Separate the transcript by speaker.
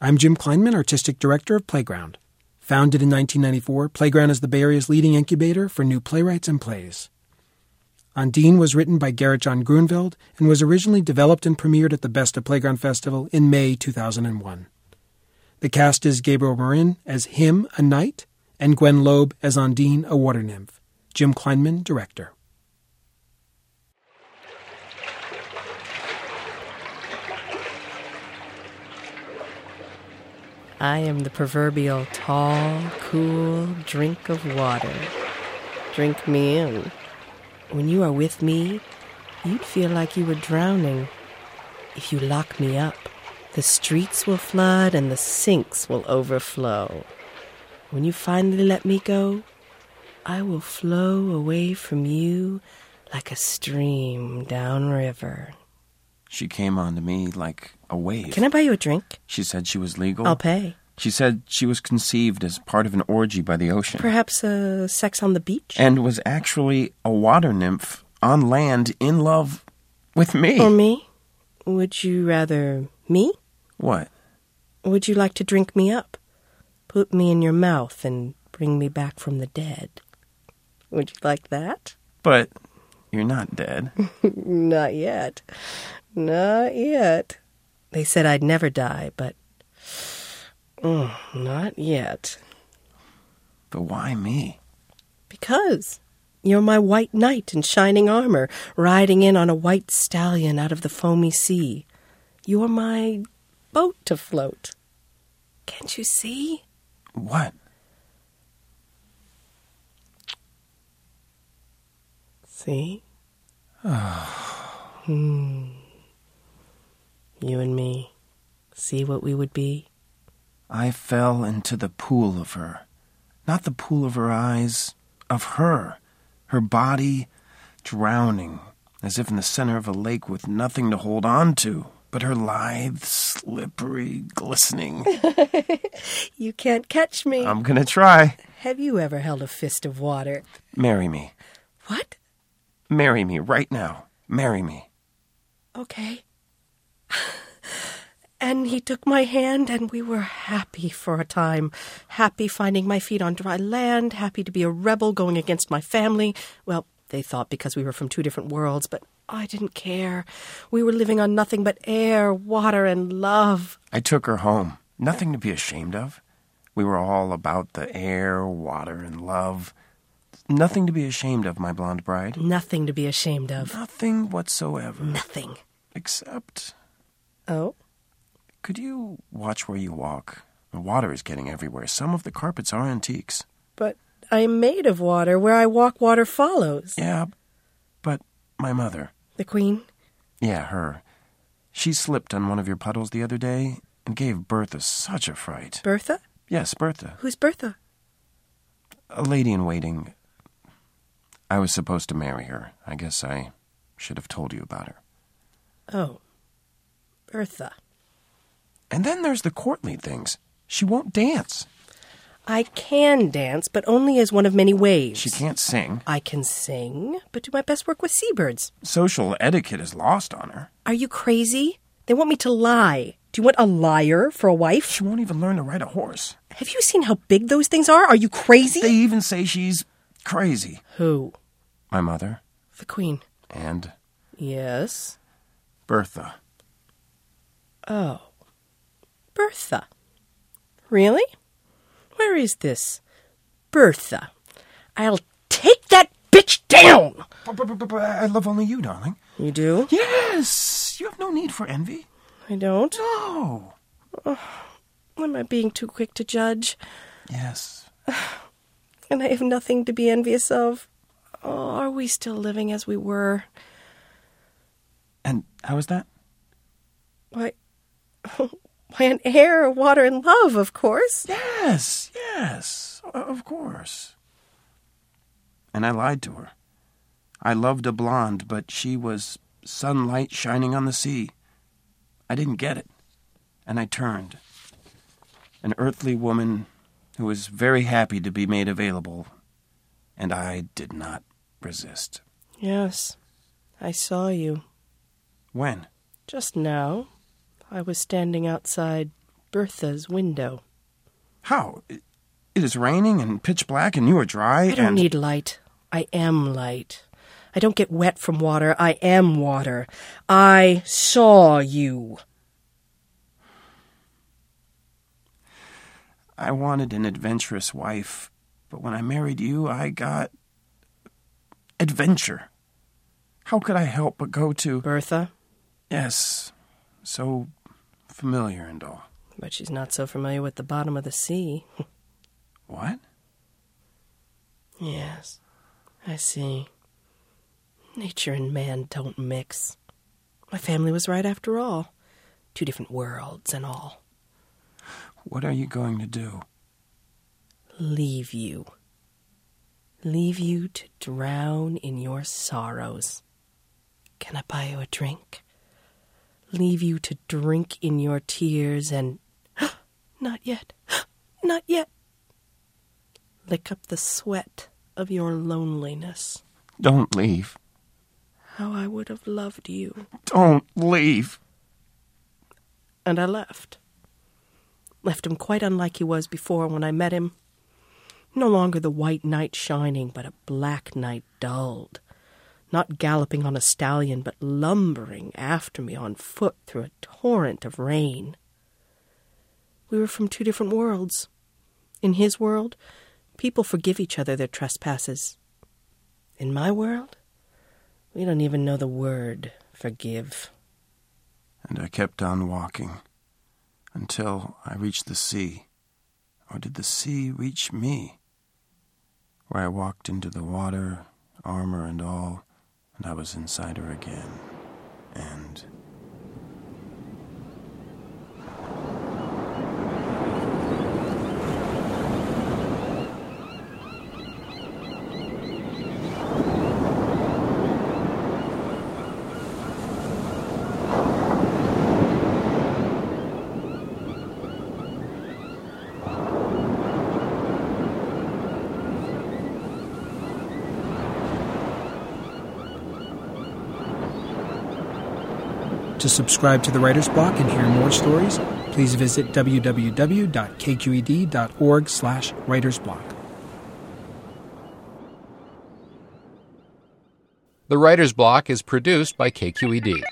Speaker 1: I'm Jim Kleinman, Artistic Director of Playground. Founded in 1994, Playground is the Bay Area's leading incubator for new playwrights and plays. Undine was written by Garrett John Grunveld and was originally developed and premiered at the Besta Playground Festival in May 2001. The cast is Gabriel Marin as him, a knight, and Gwen Loeb as Undine, a water nymph. Jim Kleinman, director.
Speaker 2: I am the proverbial tall, cool drink of water. Drink me in. When you are with me, you'd feel like you were drowning. If you lock me up, the streets will flood and the sinks will overflow. When you finally let me go, I will flow away from you like a stream downriver.
Speaker 3: She came on to me like a wave.
Speaker 2: Can I buy you a drink?
Speaker 3: She said she was
Speaker 1: Oh.
Speaker 3: legal.
Speaker 2: I'll pay.
Speaker 3: She said she was conceived as part of an orgy by the ocean.
Speaker 2: Perhaps uh, sex on the beach?
Speaker 3: and was actually a water nymph on land in love with me.
Speaker 2: Or me? Would you rather me?
Speaker 3: What?
Speaker 2: Would you like to drink me up? Put me in your mouth and bring me back from the dead. Would you like that?
Speaker 3: But you're not dead.
Speaker 2: Not yet. Not yet. They said I'd never die, but. Mm, not yet.
Speaker 3: but why me?
Speaker 2: Because you're my white knight in shining armor, riding in on a white stallion out of the foamy sea. You're my boat to float. Can't you see?
Speaker 3: What?
Speaker 2: See? hmm. You and me. See what we would be?
Speaker 3: I fell into the pool of her. Not the pool of her eyes, of her. Her body drowning, as if in the center of a lake with nothing to hold on to but her lithe, slippery, glistening.
Speaker 2: You can't catch me.
Speaker 1: Um.
Speaker 3: I'm gonna try.
Speaker 2: Have you ever held a fist of water?
Speaker 3: Marry me.
Speaker 2: What?
Speaker 3: Marry me right now. Marry me.
Speaker 2: Okay. and he took my hand, and we were happy for a time. Happy finding my feet on dry land, happy to be a rebel going against my family. Well, they thought because we were from two different worlds, but I didn't care. We were living on nothing but air, water, and love.
Speaker 3: I took her home. Nothing to be ashamed of. We were all about the air, water, and love. Nothing to be ashamed of, my blonde bride.
Speaker 2: Nothing to be ashamed of.
Speaker 3: Nothing whatsoever.
Speaker 2: Nothing.
Speaker 3: Except,
Speaker 2: Oh?
Speaker 3: could you watch where you walk? The water is getting everywhere. Some of the carpets are antiques.
Speaker 2: But I'm made of water. Where I walk, water follows.
Speaker 3: Yeah, but my mother.
Speaker 2: The Queen?
Speaker 3: Yeah, her. She slipped on one of your puddles the other day and gave Bertha such a fright.
Speaker 2: Bertha?
Speaker 3: Yes, Bertha.
Speaker 2: Who's Bertha?
Speaker 3: a lady in waiting. I was supposed to marry her. I guess I should have told you about her.
Speaker 2: Oh. Bertha.
Speaker 3: And then there's the courtly things. She won't dance.
Speaker 2: I can dance, but only as one of many ways.
Speaker 3: She can't sing.
Speaker 2: I can sing, but do my best work with seabirds.
Speaker 3: Social etiquette is lost on her.
Speaker 2: Are you crazy? They want me to lie. Do you want a liar for a wife?
Speaker 3: She won't even learn to ride a horse.
Speaker 2: Have you seen how big those things are? Are you crazy?
Speaker 3: They even say she's crazy.
Speaker 2: Who?
Speaker 3: My mother
Speaker 2: The Queen.
Speaker 3: and
Speaker 2: Yes.
Speaker 3: Bertha.
Speaker 2: Oh. Bertha. Really? Where is this? Bertha. I'll take that bitch down!
Speaker 3: I love only you, darling.
Speaker 2: You do?
Speaker 3: Yes! You have no need for envy.
Speaker 2: I don't.
Speaker 3: No!
Speaker 2: Am I being too quick to judge?
Speaker 3: Yes.
Speaker 2: and I have nothing to be envious of. Oh, are we still living as we were?
Speaker 3: And how is that?
Speaker 2: Why, why an air, water, and love, of course.
Speaker 3: Yes, yes, o- of course. And I lied to her. I loved a blonde, but she was sunlight shining on the sea. I didn't get it. And I turned. An earthly woman who was very happy to be made available, and I did not resist.
Speaker 2: Yes, I saw you
Speaker 3: When?
Speaker 2: just now. I was standing outside Bertha's window.
Speaker 3: How? It it is raining and pitch black and you are dry
Speaker 2: I don't
Speaker 3: and.
Speaker 2: need light. I am light. I don't get wet from water. I am water. I saw you.
Speaker 3: I wanted an adventurous wife, but when I married you, I got. adventure. How could I help but go to.
Speaker 2: Bertha?
Speaker 3: Yes, so familiar and all.
Speaker 2: But she's not so familiar with the bottom of the sea.
Speaker 3: What?
Speaker 2: Yes, I see. Nature and man don't mix. My family was right after all. Two different worlds and all.
Speaker 3: What are you going to do?
Speaker 2: Leave you. Leave you to drown in your sorrows. Can I buy you a drink? Leave you to drink in your tears and. Not yet. Not yet. Lick up the sweat of your loneliness.
Speaker 3: Don't leave.
Speaker 2: How I would have loved you.
Speaker 3: Don't leave.
Speaker 2: And I left. Left him quite unlike he was before when I met him. No longer the white knight shining, but a black knight dulled. Not galloping on a stallion, but lumbering after me on foot through a torrent of rain. We were from two different worlds. In his world, people forgive each other their trespasses. In my world, we don't even know the word forgive.
Speaker 3: And I kept on walking until I reached the sea. Or did the sea reach me? Where I walked into the water, armor and all, and I was inside her again. And
Speaker 1: To subscribe to the Writer's Block and hear more stories, please visit E www.kqed.org/writersblock.
Speaker 4: The Writer's Block is produced by KQED.